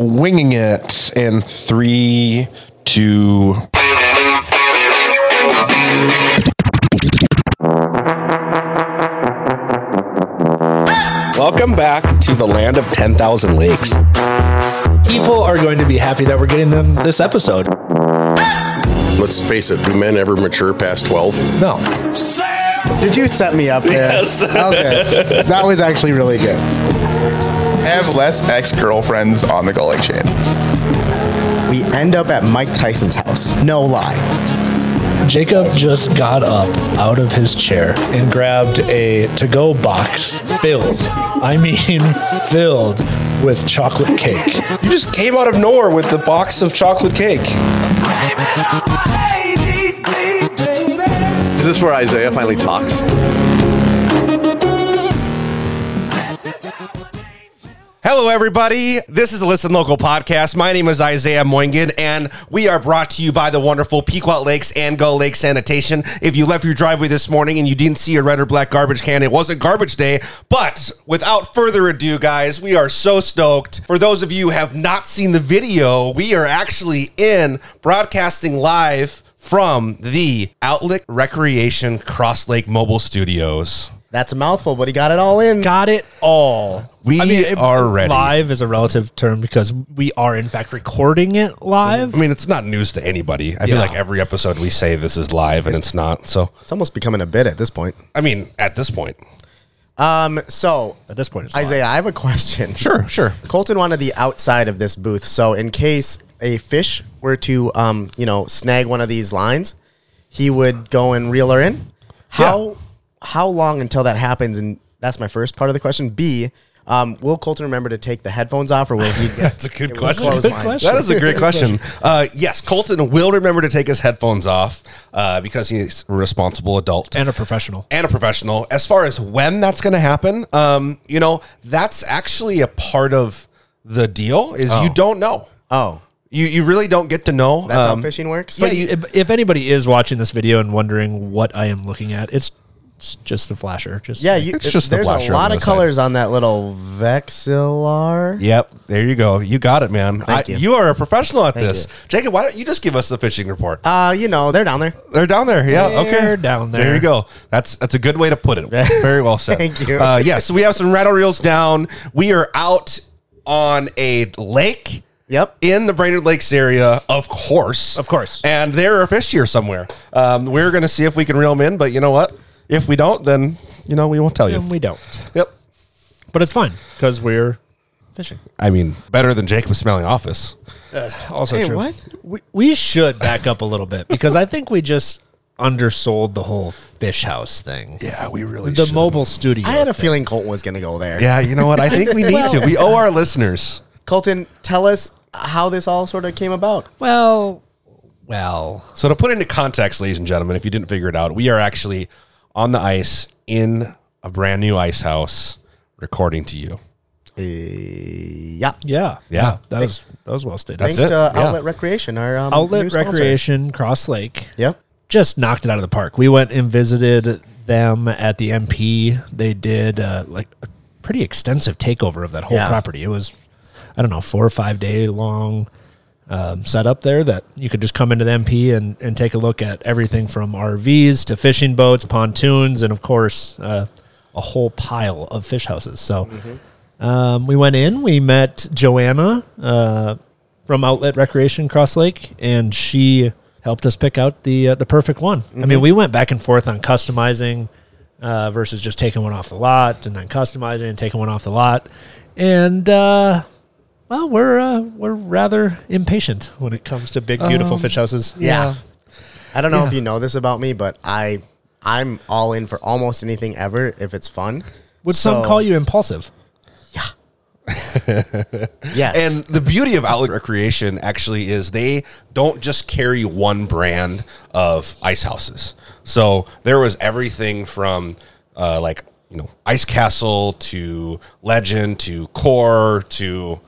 winging it in three, two. Welcome back to the land of 10,000 lakes. People are going to be happy that we're getting them this episode. Let's face it, do men ever mature past 12? No. Did you set me up there? Yes. Okay. That was actually really good. Have less ex girlfriends on the Gull Lake chain. We end up at Mike Tyson's house. No lie. Jacob just got up out of his chair and grabbed a to go box filled, I mean, filled with chocolate cake. You just came out of nowhere with the box of chocolate cake. Is this where Isaiah finally talks? Hello, everybody. This is the Listen Local podcast. My name is Isaiah Moingen, and we are brought to you by the wonderful Pequot Lakes and Gull Lake Sanitation. If you left your driveway this morning and you didn't see a red or black garbage can, it wasn't garbage day. But without further ado, guys, we are so stoked. For those of you who have not seen the video, we are actually in broadcasting live from the Outlet Recreation Cross Lake Mobile Studios. That's a mouthful, but he got it all in. Got it all. We are ready. Live is a relative term because we are, in fact, recording it live. I mean, it's not news to anybody. I feel Yeah. like every episode we say this is live and it's not. So, It's almost becoming a bit at this point. I mean, at this point, Um, so At this point, it's live. Isaiah, I have a question. sure, sure. Colton wanted the outside of this booth, so in case a fish were to, um, you know, snag one of these lines, he would go and reel her in. How how long until that happens? And that's my first part of the question. B, um, will Colton remember to take the headphones off, or will he? Get, That's a good it was question. clothesline? Good question. That is a great question. Uh, yes, Colton will remember to take his headphones off uh, because he's a responsible adult. and a professional. and a professional. As far as when that's going to happen, um, you know, that's actually a part of the deal is you don't know. Oh, You you really don't get to know. that's Um, how fishing works. yeah, Like, you- If if anybody is watching this video and wondering what I am looking at, it's it's just the flasher. Just yeah, you, It's just the there's flasher a on lot the of other side. colors on that little vexilar. Yep, there you go. You got it, man. I, you. you. are a professional at this. you. Jacob, why don't you just give us the fishing report? Uh, you know, they're down there. They're down there. Yeah. They're okay. down There there. you go. That's that's a good way to put it. Very well said. Thank you. Uh, yeah. So we have some rattle reels down. We are out on a lake. Yep. In the Brainerd Lakes area, of course. Of course. And there are fish here somewhere. Um, we're going to see if we can reel them in, but you know what? If we don't, then, you know, we won't tell you. and we don't. Yep. But it's fine because we're fishing. I mean, better than Jacob smelling office. Also Uh, Hey, true. what? We, we should back up a little bit because I think we just undersold the whole fish house thing. Yeah, we really the should. mobile studio. I had a feeling Colton was going to go there. Yeah, you know what? I think we need to. We owe our listeners. Colton, tell us how this all sort of came about. well, well, So to put into context, ladies and gentlemen, if you didn't figure it out, we are actually on the ice in a brand new ice house recording to you. Yeah. yeah, Yeah. That was that was well stated. That's Thanks it. to Yeah. Outlet Recreation, our um, new Outlet sponsor. Recreation Cross Lake. Yep. just knocked it out of the park. We went and visited them at the MP. They did uh, like a pretty extensive takeover of that whole Yeah. property. It was, I don't know, four or five day long um, setup there that you could just come into the MP and, and take a look at everything from RVs to fishing boats, pontoons, and of course, uh, a whole pile of fish houses. So um, we went in, we met Joanna uh, from Outlet Recreation Cross Lake, and she helped us pick out the uh, the perfect one. I mean, we went back and forth on customizing uh, versus just taking one off the lot and then customizing and taking one off the lot. And uh, well, we're uh, we're rather impatient when it comes to big, beautiful fish houses. Yeah. I don't know if you know this about me, but I I'm all in for almost anything ever if it's fun. Would some So- call you impulsive? Yes. And the beauty of Outlet Recreation actually is they don't just carry one brand of ice houses. So there was everything from uh, like you know Ice Castle to Legend to Core to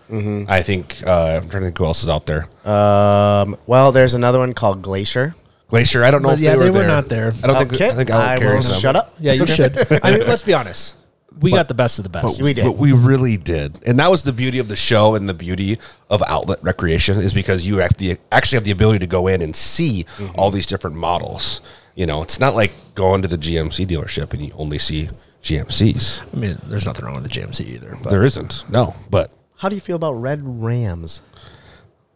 I think uh, I'm trying to think who else is out there. um, well, there's another one called Glacier. Glacier. I don't know But if yeah, they were they were there. not there. I don't think. Okay. I think I Outlet carries will them. shut up. Yeah, you should. I mean, let's be honest. we got the best of the best. We did. But we really did, and that was the beauty of the show and the beauty of outlet recreation is because you have the, actually have the ability to go in and see all these different models. You know, it's not like going to the GMC dealership and you only see GMCs. I mean, there's nothing wrong with the GMC either. But There isn't, no. But How do you feel about red Rams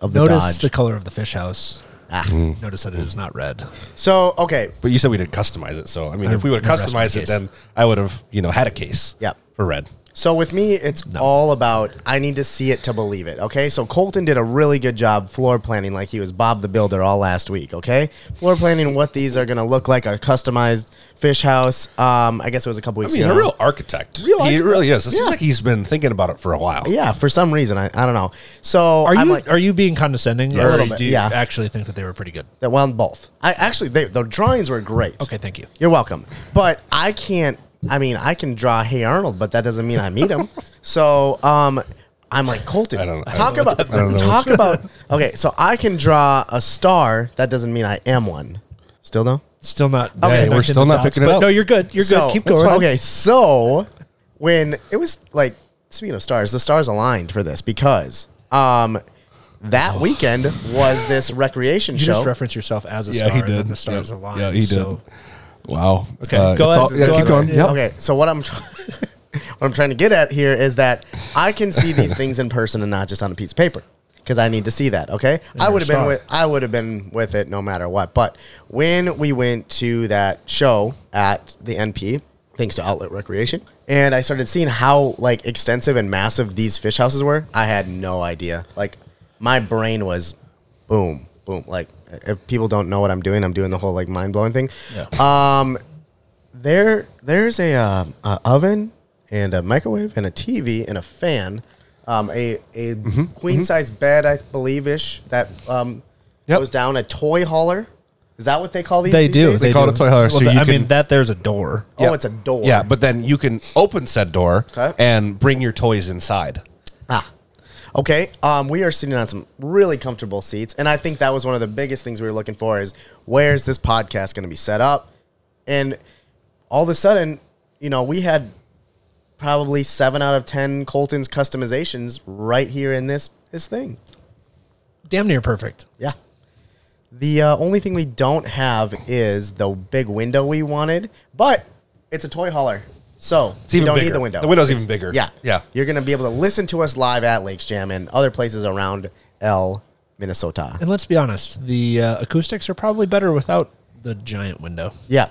of the notice Dodge? the color of the fish house. Hmm. Notice that it is not red. so okay, but you said we didn't customize it, so I mean, if we would no have rest in customized it, case. then I would have you know had a case. Yeah. for red. So with me, it's all about I need to see it to believe it. Okay. So Colton did a really good job floor planning, like he was Bob the Builder all last week. Okay. Floor planning what these are going to look like, our customized fish house. Um, I guess it was a couple I weeks mean, ago. a real architect. Real he architect. really is. It Yeah. seems like he's been thinking about it for a while. yeah. For some reason, I, I don't know. So Are you I'm like are you being condescending, Yes. A or little bit, do you yeah. actually think that they were pretty good? that. Well, both. I actually they, the drawings were great. Okay, thank you. You're welcome. But I can't. I mean, I can draw Hey Arnold, but that doesn't mean I meet him. so um, I'm like Colton. I don't- I talk don't know what about that- I don't know talk about. Okay, so I can draw a star. That doesn't mean I am one. Still no. Still not. Okay. connecting We're still the not dots, picking it but up. No, you're good. You're so, good. Keep that's going. fine. Okay, so when it was like speaking of stars, the stars aligned for this because um, Oh. that weekend was this recreation You show. just reference yourself as a Yeah, star. he And did. then the stars Yep. aligned. Yeah, he did. So Wow. Uh, Okay, go ahead. it's Go yeah, keep ahead. going. Yep. Okay, so what I'm what I'm trying to get at here is that I can see these things in person and not just on a piece of paper because I need to see that. Okay, I you're would have been strong. with I would have been with it no matter what. But when we went to that show at the NP, thanks to Outlet Recreation, and I started seeing how like extensive and massive these fish houses were, I had no idea. Like my brain was boom. Boom! Like if people don't know what I'm doing, I'm doing the whole like mind blowing thing. Um, there there's a, um, a oven and a microwave and a TV and a fan, um, a a Mm-hmm. queen size bed I believe ish that um, Yep. goes down a toy hauler. Is that what they call these? they these do. days? They call it a toy hauler, so th- you I can- mean that there's a door. oh, Yeah. it's a door. Yeah, but then you can open said door Okay. and bring your toys inside. Ah. Okay. Um, we are sitting on some really comfortable seats, and I think that was one of the biggest things we were looking for is where's this podcast going to be set up? And all of a sudden, you know, we had probably seven out of ten Colton's customizations right here in this this thing. Damn near perfect. Yeah. The uh, only thing we don't have is the big window we wanted, but it's a toy hauler. So you even don't bigger. need the window. The window's It's- even bigger. Yeah. Yeah. You're going to be able to listen to us live at Lakes Jam and other places around L, Minnesota. And let's be honest, the uh, acoustics are probably better without the giant window. Yeah.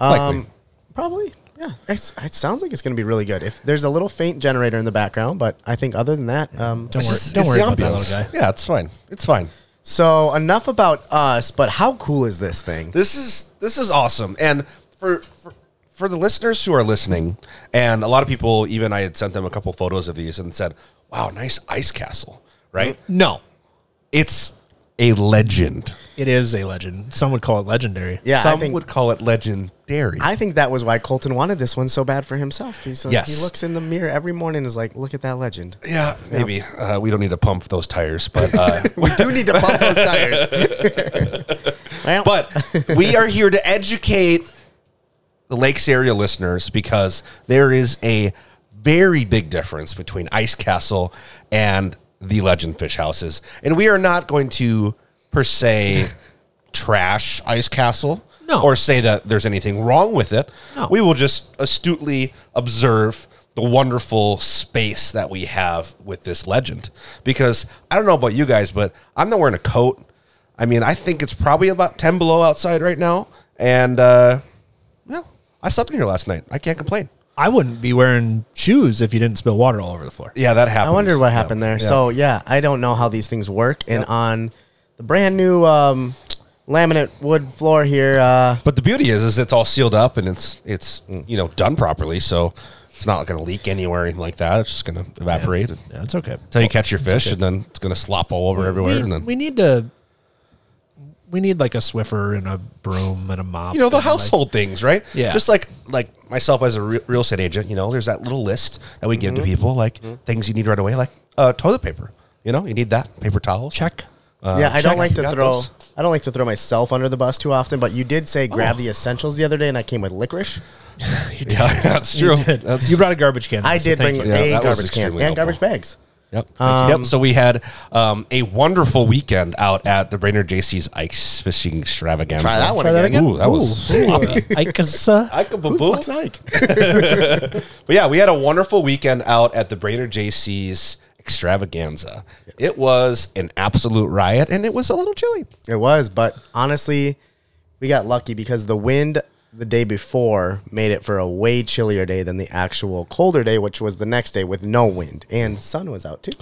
Likely. Um, probably. Yeah. It's, it sounds like it's going to be really good. If There's a little faint generator in the background, but I think other than that, um, Don't worry, It's don't worry the about that ambience. little guy. Yeah, it's fine. It's fine. so enough about us, but how cool is this thing? This is this is awesome. And for, for for the listeners who are listening, and a lot of people, even I had sent them a couple photos of these and said, "Wow, nice ice castle." Right? No, It's a legend. it is a legend. Some would call it legendary. Yeah. I Some think- would call it legendary. I think that was why Colton wanted this one so bad for himself. He's like, Yes. he looks in the mirror every morning and is like, look at that legend. yeah, maybe Uh, we don't need to pump those tires, but uh, We do need to pump those tires. well, But we are here to educate the Lakes area listeners because there is a very big difference between Ice Castle and the Legend Fish Houses. And we are not going to, per se, trash Ice Castle No. or say that there's anything wrong with it. No. We will just astutely observe the wonderful space that we have with this legend. Because I don't know about you guys, but I'm not wearing a coat. I mean, I think it's probably about 10 below outside right now. And, uh, yeah, I slept in here last night. I can't complain. I wouldn't be wearing shoes if you didn't spill water all over the floor. Yeah, that I happened. wondered what happened there. So yeah, I don't know how these things work. And on the brand new um, laminate wood floor here, uh, But the beauty is, is it's all sealed up and it's it's you know done properly, so it's not going to leak anywhere or anything like that. It's just going to evaporate and- Yeah, it's okay. until you catch your fish, and then it's going to slop all over everywhere. We, and then we need to. We need like a Swiffer and a broom and a mop. you know the and, like- household things, right? Yeah. Just like like myself as a re- real estate agent, you know, there's that little list that we Mm-hmm. give to people, like things you need right away, like uh, toilet paper. You know, you need that paper towels. Uh, check. yeah, check I don't if like you to got throw. those. I don't like to throw myself under the bus too often. But you did say grab the essentials the other day, and I came with licorice. You tell- that's true. Uh, That's- you brought a garbage can. I so did thank bring you. Yeah, a that was garbage can and extremely garbage helpful. bags. Yep. Thank you. yep. So we had um, a wonderful weekend out at the Brainerd JC's Ike's Fishing Extravaganza. Try that one Try that again. again. Ooh, that was sloppy. I guess, uh, Ike a Who the boo-boo. fuck's Ike? But yeah, we had a wonderful weekend out at the Brainerd JC's Extravaganza. It was an absolute riot, and it was a little chilly. It was, but honestly, we got lucky because the wind the day before made it for a way chillier day than the actual colder day, which was the next day with no wind and sun was out too.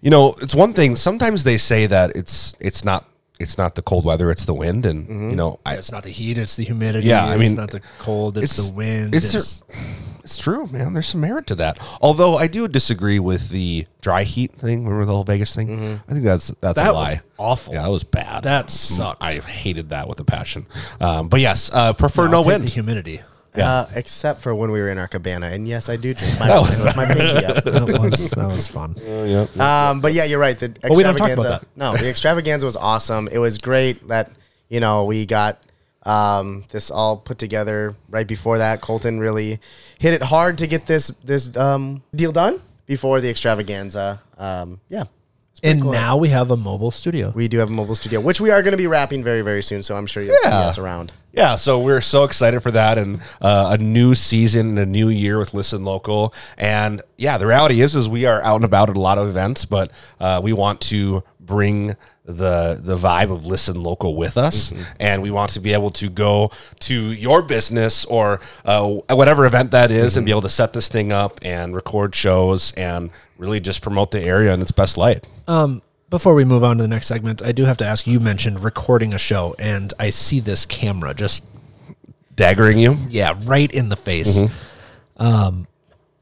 You know, it's one thing. Sometimes they say that it's it's not it's not the cold weather, it's the wind, and Mm-hmm. you know, I, it's not the heat, it's the humidity. Yeah, I mean, it's not the cold, it's, the wind. It's, It's, it's true, man. There's some merit to that. Although I do disagree with the dry heat thing. Remember the whole Vegas thing? I think that's that's a Mm-hmm. That lie. was awful. Yeah, that was bad. Mm, That sucked. I hated that with a passion. Um, but yes, uh, prefer I'll no take wind. the humidity. Uh, except for when we were in our cabana. And yes, I do drink my That wine was with my pinky up. That was that was fun. Um, but yeah, you're right. The extravaganza. we don't talk about that. No, the extravaganza was awesome. It was great that you know we got um, this all put together right before that. Colton really hit it hard to get this this um, deal done before the extravaganza. Um, yeah, It's pretty And cool. now we have a mobile studio. we do have a mobile studio, which we are going to be wrapping very very soon. So I'm sure you'll see Yeah. us around. Yeah, so we're so excited for that and uh, a new season and a new year with Listen Local. And yeah, the reality is, is we are out and about at a lot of events, but uh, we want to bring the the vibe of Listen Local with us, and we want to be able to go to your business or uh, whatever event that is and be able to set this thing up and record shows and really just promote the area in its best light. Before we move on to the next segment, I do have to ask. You mentioned recording a show, and I see this camera just Daggering you, yeah right in the face. Um,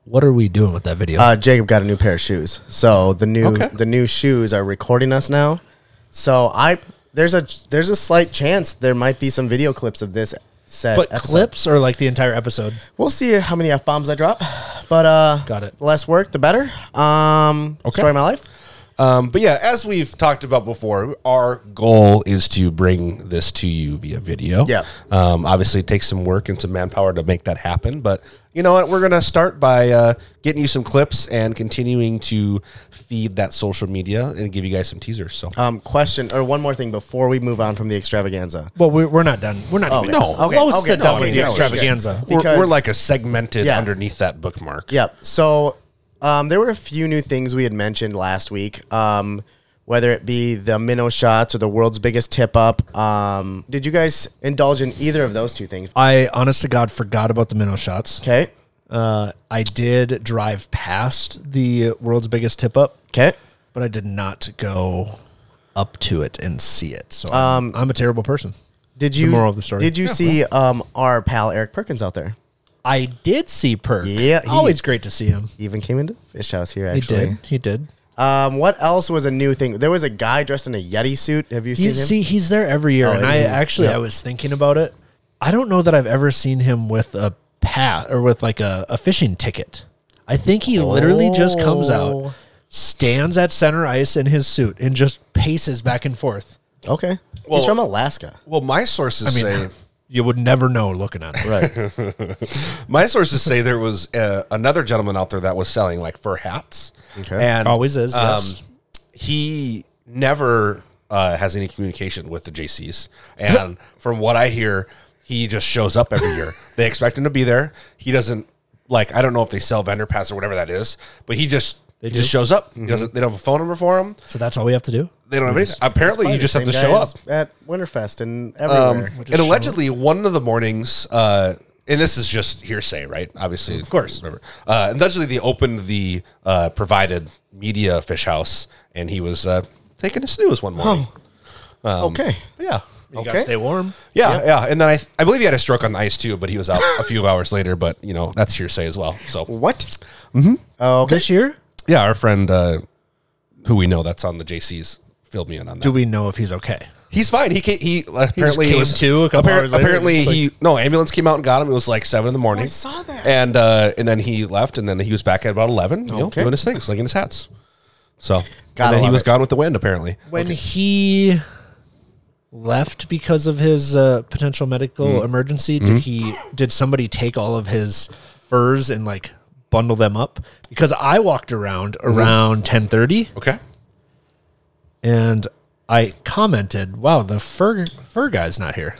what are we doing with that video? Mm-hmm. Uh, Jacob got a new pair of shoes, so the new Okay. the new shoes are recording us now. So I there's a there's a slight chance there might be some video clips of this set. but episode. clips or like the entire episode? We'll see how many f bombs I drop, but uh, Got it. The less work, the better. Um, Okay. story of my life. Um, but yeah, as we've talked about before, our goal is to bring this to you via video. Yeah. Um, obviously, it takes some work and some manpower to make that happen. But you know what? We're going to start by uh, getting you some clips and continuing to feed that social media and give you guys some teasers. So, Um, question or one more thing before we move on from the extravaganza. Well, we're, we're not done. We're not even no. Oh, Okay, close okay, to done no, with okay, the no, extravaganza. okay. we're, because- we're like a segmented Yeah. underneath that bookmark. Yep. So um, there were a few new things we had mentioned last week, um, whether it be the minnow shots or the world's biggest tip up. Um, did you guys indulge in either of those two things? I honest to God forgot about the minnow shots. Okay. Uh, I did drive past the world's biggest tip up, Okay. but I did not go up to it and see it. So Um, I'm- I'm a terrible person. Did you? moral of the story. Did you see um, our pal Eric Perkins out there? I did see Perk. Yeah, he- always great to see him. He even came into the fish house here. He Actually, did. He did. Um, what else was a new thing? There was a guy dressed in a Yeti suit. Have you seen You him? Oh, see, he's there every year, and is I he? actually I was thinking about it. I don't know that I've ever seen him with a path or with like a, a fishing ticket. I think he literally just comes out, Oh. stands at center ice in his suit, and just paces back and forth. okay. Well- He's from Alaska. Well, my sources I mean, say you would never know looking at him. Right. my sources say there was uh, another gentleman out there that was selling like fur hats. Okay. And Always is. yes. Um, he never uh, has any communication with the JCs. And from what I hear, he just shows up every year. they expect him to be there. He doesn't like I don't know if they sell vendor pass or whatever that is, but he just he do. just shows up. He doesn't they don't have a phone number for him. So that's all we have to do. They don't have anything. Apparently you just have Same to guy show up. Um, is at Winterfest and everywhere. And allegedly, one of the mornings, uh, and this is just hearsay, right? Obviously, of course. Whatever. Uh, allegedly, they opened the uh, provided media fish house, and he was uh, taking a snooze one morning. okay. Yeah. You gotta stay warm. Yeah, yeah, and then I, I believe he had a stroke on the ice too, but he was out a few hours later. But you know that's hearsay as well. So What? Mm-hmm. Okay. This year, yeah, our friend uh, who we know that's on the JCs filled me in on that. do we know if he's okay? He's fine. He ca he apparently came was, to a couple hours later Apparently and just he no ambulance came out and got him. It was like seven in the morning. I saw that. And uh, and then he left, and then he was back at about eleven, you know, Okay. doing his things, slinging his hats. So Gotta and then he love was it. gone with the wind. Apparently, When he left because of his uh, potential medical Mm. emergency? Did he? Did somebody take all of his furs and like bundle them up? Because I walked around Mm. around ten thirty Okay. and I commented, "Wow, the fur fur guy's not here."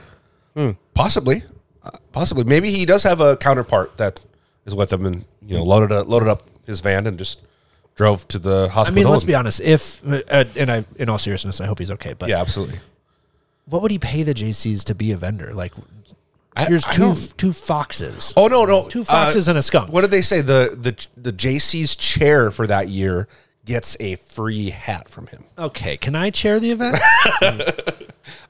Possibly, Uh, possibly. Maybe he does have a counterpart that is with him, and you know, loaded up, loaded up his van and just drove to the I hospital. mean, let's and- be honest. If uh, and I, in all seriousness, I hope he's okay. But Yeah, absolutely. what would he pay the JCs to be a vendor? Like, I- here's I two don't- two foxes. Oh no, no, Two foxes and a skunk. What did they say? The the the JC's chair for that year gets a free hat from him. Okay, can I chair the event?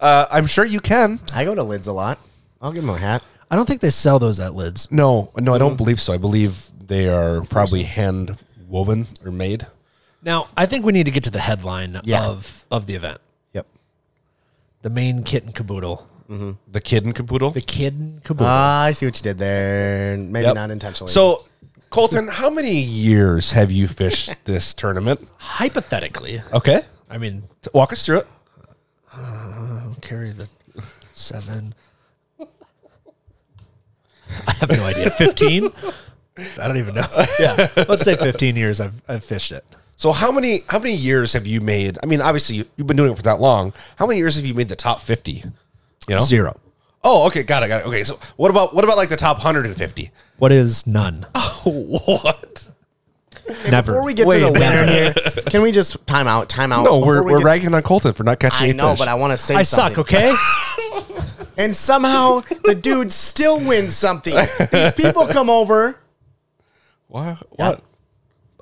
Uh, I'm sure you can. I go to lids a lot. I'll give him a hat. I don't think they sell those at Lids. No, no, I don't believe so. I believe they are probably hand woven or made. Now, I think we need to get to the headline Yeah. of of the event. Yep. The main kit and caboodle. The kid and caboodle. The kid and caboodle. Ah, I see what you did there. Maybe Yep. not intentionally. So, Colton, how many years have you fished this tournament? Hypothetically, Okay, I mean, walk us through it. don't carry the seven. I have no idea. 15? I don't even know. Yeah. Let's say 15 years I've, I've fished it. So how many how many years have you made? I mean, obviously you- you've been doing it for that long. How many years have you made the top fifty? You know, Zero. Oh, okay, got it, got it. Okay, so what about what about like the top hundred and fifty? What is none? What? Never. Oh, before we get to the winner here, can we just time out? Time out. No, Before we're we we're get- ragging on Colton for not catching. I any know, fish. but I want to say I something. suck, okay? And somehow the dude still wins something. These people come over. Wha- what?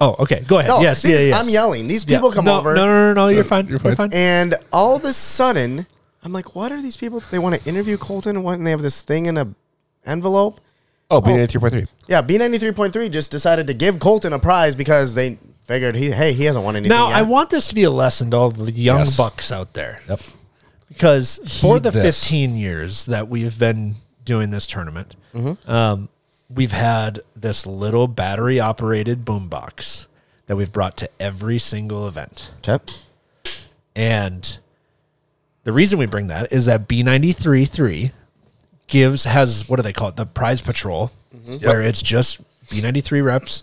Oh, okay. Go ahead. No, yes, these- yeah, yes. I'm yelling. These people Yeah. come no, over. No, no, no, no. You're fine. Uh, You're fine. And all of a sudden, I'm like, what are these people? They want to interview Colton and what? And they have this thing in a envelope. Oh, being at three point three. Yeah, B93.3 just decided to give Colton a prize because they figured he, hey, he hasn't won anything. Now, yet. I want this to be a lesson to all the young Yes. bucks out there. Yep. Because for Heed the this. 15 years that we've been doing this tournament, Mm-hmm. um, we've had this little battery operated boombox that we've brought to every single event. Okay. And the reason we bring that is that B93.3 gives, has, what do they call it? The prize patrol, Mm-hmm. where it's just B93 reps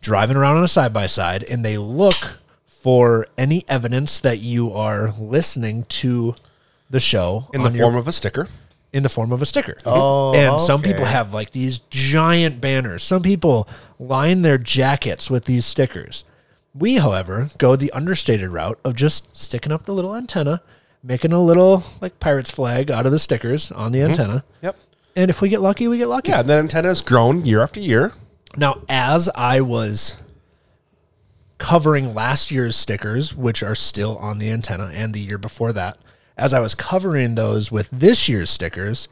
driving around on a side by side and they look for any evidence that you are listening to the show In the on your- form of a sticker. in the form of a sticker. Oh, and some people okay. have like these giant banners. Some people line their jackets with these stickers. We, however, go the understated route of just sticking up the little antenna, making a little like pirate's flag out of the stickers on the antenna. Yep. And if we get lucky, we get lucky. Yeah, and the antenna has grown year after year. Now, as I was covering last year's stickers, which are still on the antenna and the year before that, as I was covering those with this year's stickers,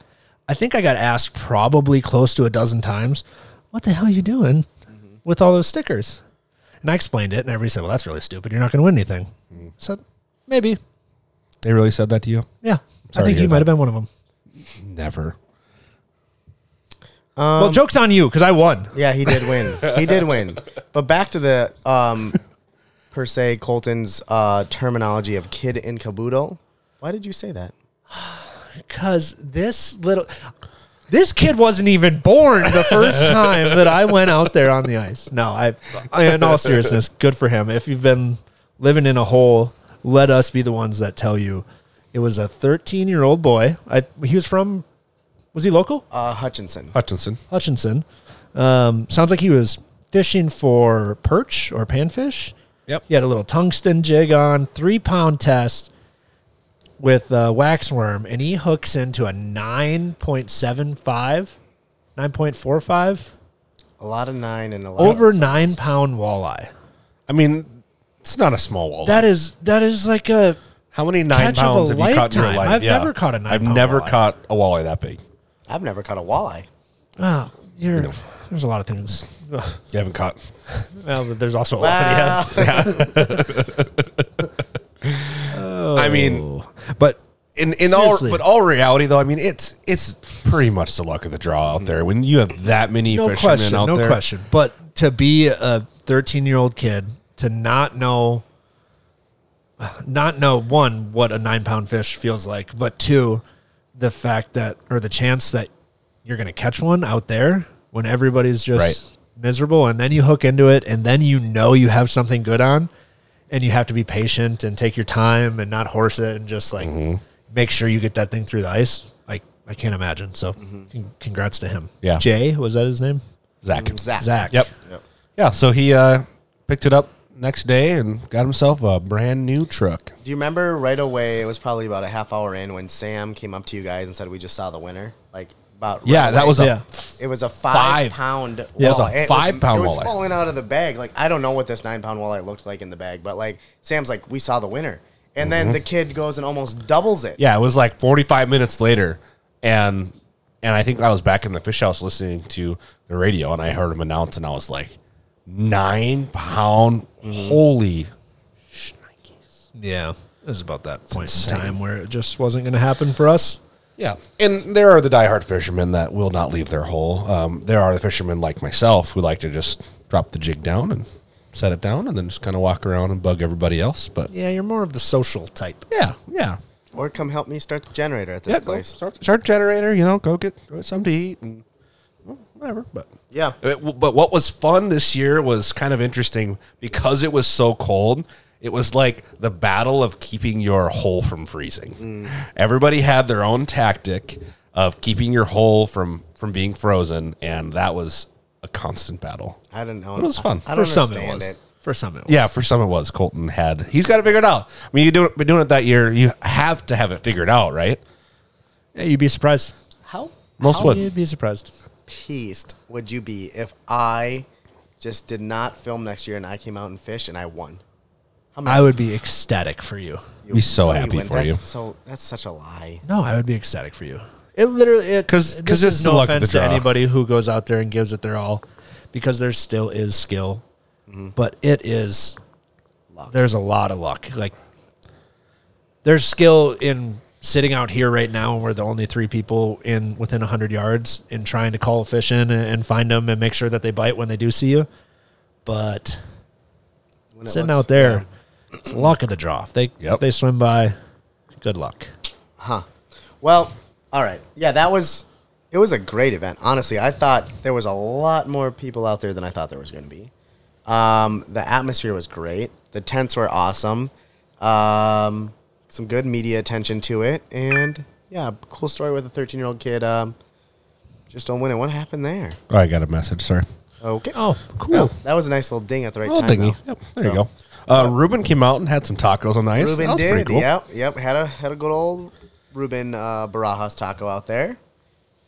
I think I got asked probably close to a dozen times, What the hell are you doing with all those stickers? And I explained it, and everybody said, Well, that's really stupid. You're not going to win anything. Mm. I said, Maybe. They really said that to you? Yeah. I Sorry to think hear you might have that. been one of them. Never. Um, well, joke's on you because I won. Yeah, he did win. he did win. But back to the um, per se Colton's uh, terminology of kid in caboodle. Why did you say that? because this little this kid wasn't even born the first time that I went out there on the ice. No, I, I in all seriousness, good for him. If you've been living in a hole, let us be the ones that tell you. It was a 13 year old boy. I, he was from, was he local? Uh, Hutchinson. Hutchinson. Hutchinson. Um, sounds like he was fishing for perch or panfish. Yep. He had a little tungsten jig on, three pound test with a wax worm, and he hooks into a 9.75, 9.45, A lot of nine and a lot over Of, nine pound walleye. I mean, it's not a small wall. That is that is like a How many nine catch of pounds a have you caught in your lifetime. life? I've never caught a I've nine-pound never walleye. caught a walleye that big. I've never caught a walleye. oh, you're there's a lot of things. You haven't caught. Well, but there's also a lot of yeah. I Oh. mean, But in in all Seriously. but all reality though, I mean it's it's pretty much the luck of the draw out there when you have that many no fishermen question, out no there. question. But to be a 13 year old kid to not know not know one what a nine pound fish feels like, but two, the fact that or the chance that you're gonna catch one out there when everybody's just miserable, and then you hook into it, and then you know you have something good on, and you have to be patient and take your time and not horse it and just like Mm-hmm. make sure you get that thing through the ice. Like I can't imagine. So, Mm-hmm. con- congrats to him. Yeah. Jay was that his name? Zach. Um, Zach. Zach. Yep. Yeah. So he uh, picked it up next day and got himself a brand new truck. Do you remember right away? It was probably about a half hour in when Sam came up to you guys and said, "We just saw the winner." Like about right Yeah, that away. was a Yeah. It was a five, Five. pound. Yeah, it was a walleye. five-pound It was walleye. falling out of the bag. Like I don't know what this nine pound walleye looked like in the bag, but like Sam's like, we saw the winner, and then the kid goes and almost doubles it. Mm-hmm. yeah. It was like 45 minutes later, and and I think I was back in the fish house listening to the radio, and I heard him announce, and I was like, nine pound, holy Yeah. It was about that point in time where it just wasn't going to happen for us. Yeah, and there are the diehard fishermen that will not leave their hole. Um, there are the fishermen like myself who like to just drop the jig down and set it down, and then just kind of walk around and bug everybody else. But Yeah, you're more of the social type. yeah, yeah, Or come help me start the generator at this yeah. Go place. start, start generator. You know, go get, go get something to eat and well, whatever. But Yeah. It- Uh, but what was fun this year was kind of interesting because it was so cold. It was like the battle of keeping your hole from freezing. Mm. Everybody had their own tactic of keeping your hole from from being frozen, and that was a constant battle. I don't know. It was fun. I, I don't for some it understand was. it. For some it was. Yeah, for some it was. Colton had he's got it figured out. When you do been doing it that year, you have to have it figured out, right? Yeah, you'd be surprised. How Most would. You'd be surprised. Peased would you be if I just did not film next year and I came out and fished and I won? I would be ecstatic for you. Be so Hey, happy Wynn, for that's you. So that's such a lie. No, I would be ecstatic for you. It literally it 'Cause- 'cause this it's is the no luck of the offense to draw. anybody who goes out there and gives it their all, because there still is skill, but it is Luck. there's a lot of luck. Like there's skill in sitting out here right now, and we're the only three people in within hundred yards in trying to call a fish in and, and find them and make sure that they bite when they do see you. But When it sitting looks- out there, it's luck of the draw. If they Yep. if they swim by, good luck. Well, all right. Yeah, that was it was a great event. Honestly, I thought there was a lot more people out there than I thought there was going to be. Um, the atmosphere was great. The tents were awesome. Um, some good media attention to it, and yeah, cool story with a 13 year old kid. Um, just don't win it. What happened there? Oh, I got a message. Sorry. Okay. Oh, cool. Yeah, that was a nice little ding at the right Little time. dingy. though. Yep, there you So, go. Uh, Ruben came out and had some tacos on the ice. Ruben that was pretty did. cool. Yep, yep. Had a had a good old Ruben uh, Barajas taco out there,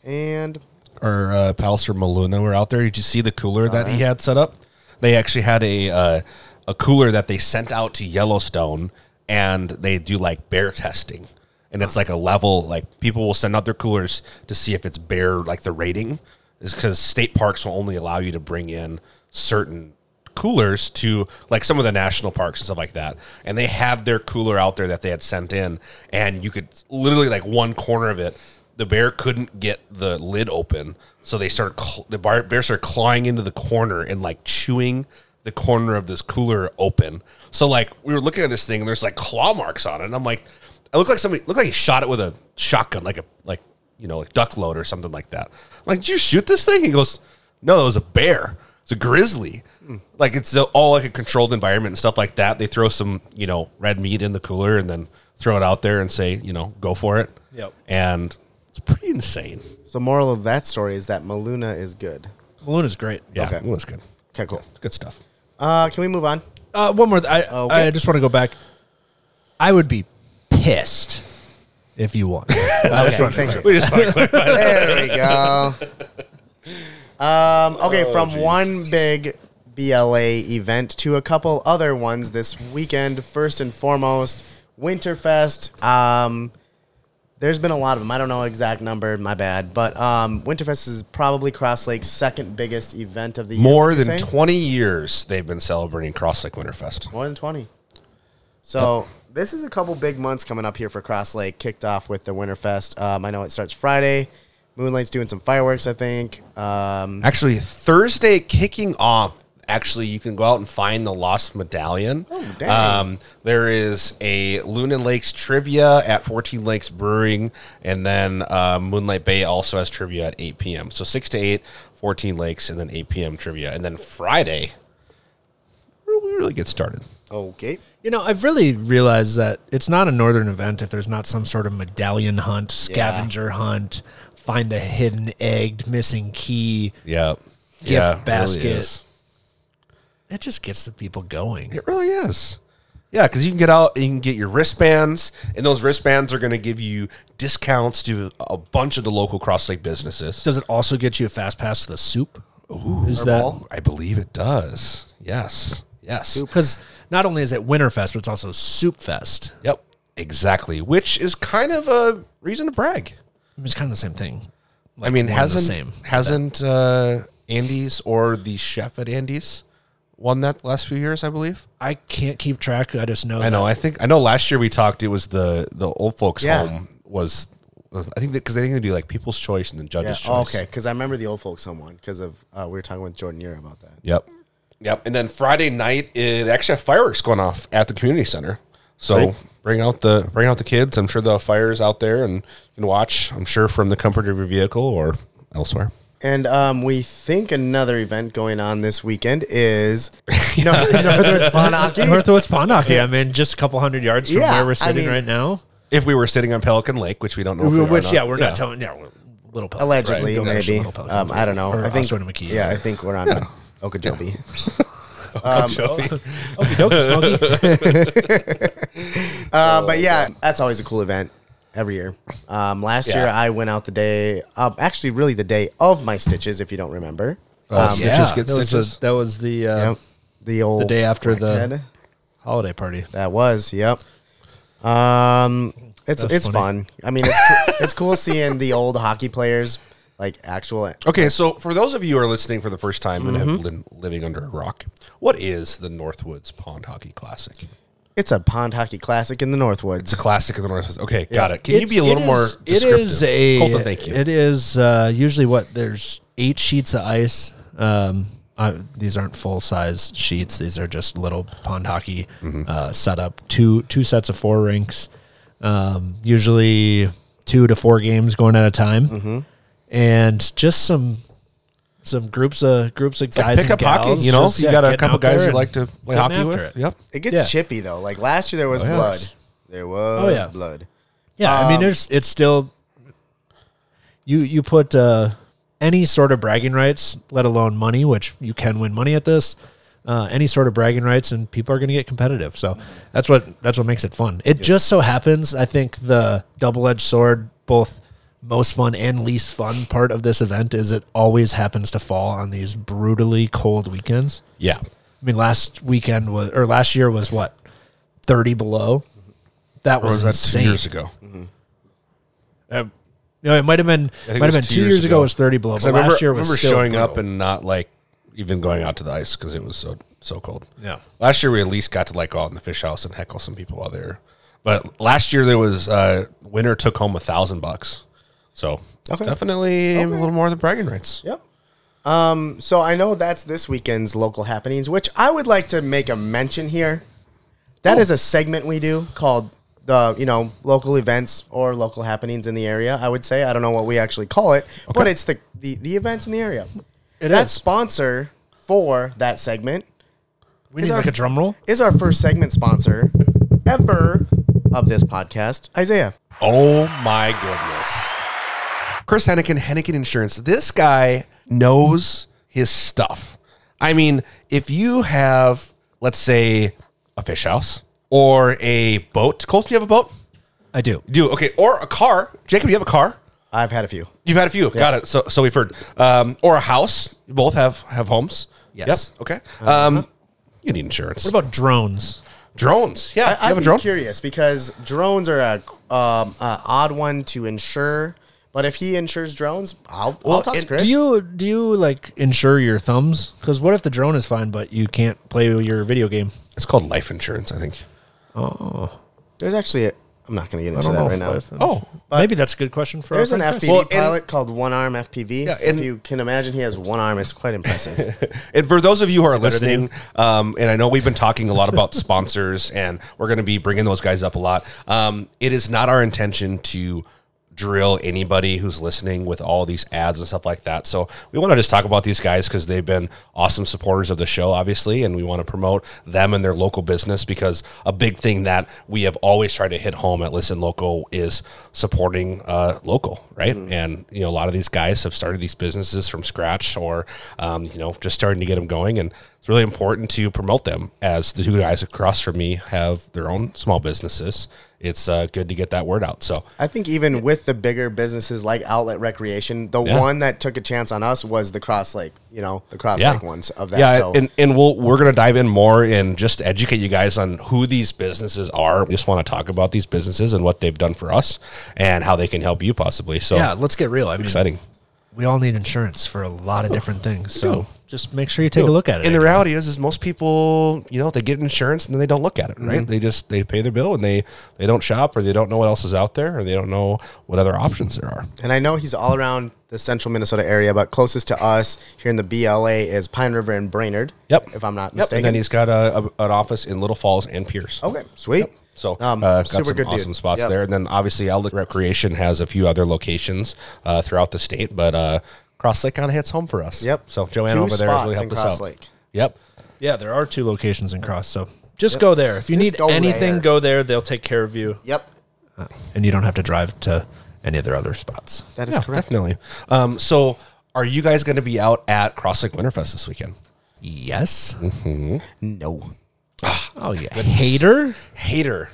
and Our uh, pals from Maluna were out there. Did you see the cooler that he had set up? They actually had a uh, a cooler that they sent out to Yellowstone, and they do like bear testing, and it's like a level like people will send out their coolers to see if it's bear like the rating is because state parks will only allow you to bring in certain coolers to like some of the national parks and stuff like that. And they had their cooler out there that they had sent in, and you could literally like one corner of it, the bear couldn't get the lid open, so they started cl- the bar- bear started clawing into the corner and like chewing the corner of this cooler open. So like we were looking at this thing and there's like claw marks on it, and I'm like, it looked like somebody looked like he shot it with a shotgun, like a like you know like duck load or something like that. I'm like, did you shoot this thing? He goes, no, it was a bear. It's a grizzly. Like it's a- all like a controlled environment and stuff like that. They throw some, you know, red meat in the cooler and then throw it out there and say, you know, go for it. Yep. And it's pretty insane. So moral of that story is that Maluna is good. Maluna's great. Yeah, Okay. it was good. Okay, cool. Good stuff. Uh, can we move on? Uh, one more. Th- I Oh, Okay. I just want to go back. I would be pissed if you won. I just want to Thank you. We just want to clarify that. There we go. Um, okay, Oh, from one big BLA event to a couple other ones this weekend. First and foremost, Winterfest. Um, there's been a lot of them. I don't know exact number. My bad. But um, Winterfest is probably Cross Lake's second biggest event of the year. More would you than say? 20 years they've been celebrating Cross Lake Winterfest. More than 20. So this is a couple big months coming up here for Cross Lake. Kicked off with the Winterfest. Um, I know it starts Friday. Moonlight's doing some fireworks, I think. Um, Actually, Thursday kicking off actually you can go out and find the lost medallion. Oh, dang. Um, there is a Lunan Lakes trivia at 14 Lakes Brewing, and then uh, Moonlight Bay also has trivia at 8 p.m. So 6 to 8, 14 Lakes, and then 8 p.m. trivia. And then Friday, we really get started. Oh, Okay. You know, I've really realized that it's not a northern event if there's not some sort of medallion hunt, scavenger hunt, find a hidden egg, missing key. Yeah. Gift basket. It just gets the people going. It really is. Yeah, because you can get out, you can get your wristbands, and those wristbands are going to give you discounts to a bunch of the local Cross Lake businesses. Does it also get you a fast pass to the soup? Ooh, Is that ball? I believe it does. Yes. Yes. because not only is it Winterfest, but it's also Soup Fest. Yep. Exactly. Which is kind of a reason to brag. I mean, It's kind of the same thing. I mean, more of the hasn't same. hasn't uh, Andy's or the chef at Andy's won that the last few years? I believe. I can't keep track. I just know. I know. that- I think I know. Last year we talked. It was the the old folks Yeah. home was. I think because they think they do like people's choice and then Yeah. judges' Oh, choice. okay. Because I remember the old folks someone because of uh, we were talking with Jordan Year about that. Yep. Yep. And then Friday night, it actually have fireworks going off at the community center. So Right. bring out the bring out the kids. I'm sure the fires out there and you can watch. I'm sure from the comfort of your vehicle or elsewhere. And um, we think another event going on this weekend is no, Northwoods Pond Hockey. Northwoods Pond Hockey. I mean, just a couple hundred yards from Yeah, where we're I sitting mean- right now. If we were sitting on Pelican Lake, which we don't know, if we are or Which, not. yeah, we're not telling. Yeah, we're Little Pelican. allegedly, Right. maybe. Little Pelican. Um, I don't know. Or I think Oswego to McKee. yeah, I think we're on Okeechobee. Um, Okey dokey, Smokey. Uh, but yeah, um, that's always a cool event every year. Um, last year Yeah. I went out the day, uh, actually, really the day of my stitches, if you don't remember. Uh, Um, stitches Yeah, get that was stitches. the- that was the uh, yep. The old the day after the Crackhead. holiday party. That was, yep. Um, it's That's it's funny. fun. I mean, it's coo- it's cool seeing the old hockey players like actual. Okay, so for those of you who are listening for the first time and Mm-hmm. have been living under a rock, what is the Northwoods Pond Hockey Classic? It's a pond hockey classic in the Northwoods. It's a classic of the Northwoods. Okay, got it. Can you It's- be a it little is- more descriptive? It is a. Colton, thank you. It is uh, usually what there's eight sheets of ice. Um, uh, these aren't full size sheets. These are just little pond hockey Mm-hmm. uh, setup. Two two sets of four rinks. Um, usually two to four games going at a time, Mm-hmm. and just some some groups of groups of guys Pick and up hockey, gals you know. just, you yeah, got a getting couple out there guys you and like to play getting hockey after with. it. Yep. It gets Yeah. chippy though. Like last year, there was yeah. blood. There was Oh, yeah. blood. Yeah, I Um, mean, there's it's still you you put uh, any sort of bragging rights, let alone money, which you can win money at this. Uh, any sort of bragging rights, and people are going to get competitive. So that's what that's what makes it fun. It just so happens, I think the double edged sword, both most fun and least fun part of this event is it always happens to fall on these brutally cold weekends. Yeah. I mean, last weekend was or last year was what thirty below. That Or was, was that insane. two years ago? Um, no, it might have been I think might have it been was two, years ago. It was thirty below, 'Cause but I remember, last year was remember still showing brutal. up and not like even going out to the ice because it was so so cold. Yeah. Last year we at least got to like go out in the fish house and heckle some people while they were. But last year there was uh winner took home a thousand bucks. So it's Okay. definitely a little more than bragging rights. Yep. Um, so I know that's this weekend's local happenings, which I would like to make a mention here. That is a segment we do called the you know local events or local happenings in the area. I would say I don't know what we actually call it, but it's the, the the events in the area. that is. sponsor for that segment we is need our- like a drum roll. is our first segment sponsor ever of this podcast, Isaiah. Oh my goodness. Chris Hennigan, Hennigan Insurance. This guy knows his stuff. I mean, if you have, let's say, a fish house or a boat, Colton, you have a boat? I do. You Do okay, or a car. Jacob, you have a car. I've had a few. You've had a few. Got it. So, so we've heard. Um, or a house. You both have have homes. Yes. Uh-huh. Yep. Okay. Um, you need insurance. What about drones? drones? Yeah. you I, have I'm a drone. curious because drones are a um, a odd one to insure. But if he insures drones, I'll, I'll talk to and Chris. Do you do you like insure your thumbs? Because what if the drone is fine, but you can't play your video game? It's called life insurance, I think. There's actually a, I'm not going to get I into don't that know. right if I've- now. Oh, maybe that's a good question for. our There's an podcast. FPV Well, and- pilot called One Arm FPV. Yeah, and- if you can imagine, he has one arm. It's quite impressive. And for those of you who are better than listening, um, and I know we've been talking a lot about sponsors, and we're going to be bringing those guys up a lot. Um, it is not our intention to drill anybody who's listening with all these ads and stuff like that. So we want to just talk about these guys because they've been awesome supporters of the show, obviously, and we want to promote them and their local business because a big thing that we have always tried to hit home at Listen Local is supporting uh, local, right? Mm-hmm. And you know, a lot of these guys have started these businesses from scratch or um, you know just starting to get them going, and it's really important to promote them. As the two guys across from me have their own small businesses, it's uh, good to get that word out. So I think even with the bigger businesses like Outlet Recreation, the Yeah. one that took a chance on us was the Cross Lake. You know, the Cross Lake ones of that. Yeah, so and, and we'll we're gonna dive in more and just educate you guys on who these businesses are. We just want to talk about these businesses and what they've done for us and how they can help you possibly. So Yeah, let's get real. I mean, exciting. we all need insurance for a lot of different things. So just make sure you take a look at it. And the reality is, is most people, you know, they get insurance and then they don't look at it, right? Mm-hmm. They just they pay their bill and they they don't shop or they don't know what else is out there or they don't know what other options there are. And I know he's all around the central Minnesota area, but closest to us here in the BLA is Pine River and Brainerd. Yep. If I'm not Yep. mistaken. And then he's got a, a- an office in Little Falls and Pierce. okay, sweet. So Um, uh, got super some good dude. awesome spots Yep. there, and then obviously Outlet Recreation has a few other locations uh, throughout the state, but uh, Cross Lake kind of hits home for us. Yep. So Joanne Two over there has really spots in helped us Cross out. Lake. Yep. yeah, there are two locations in Cross, so just go there. If you Just need go anything, there. go there. They'll take care of you, Yep. and you don't have to drive to any of their other spots. That is Yeah, correct. definitely. Um, so are you guys going to be out at Cross Lake Winterfest this weekend? Yes. No. Oh yeah. Hater. Hater.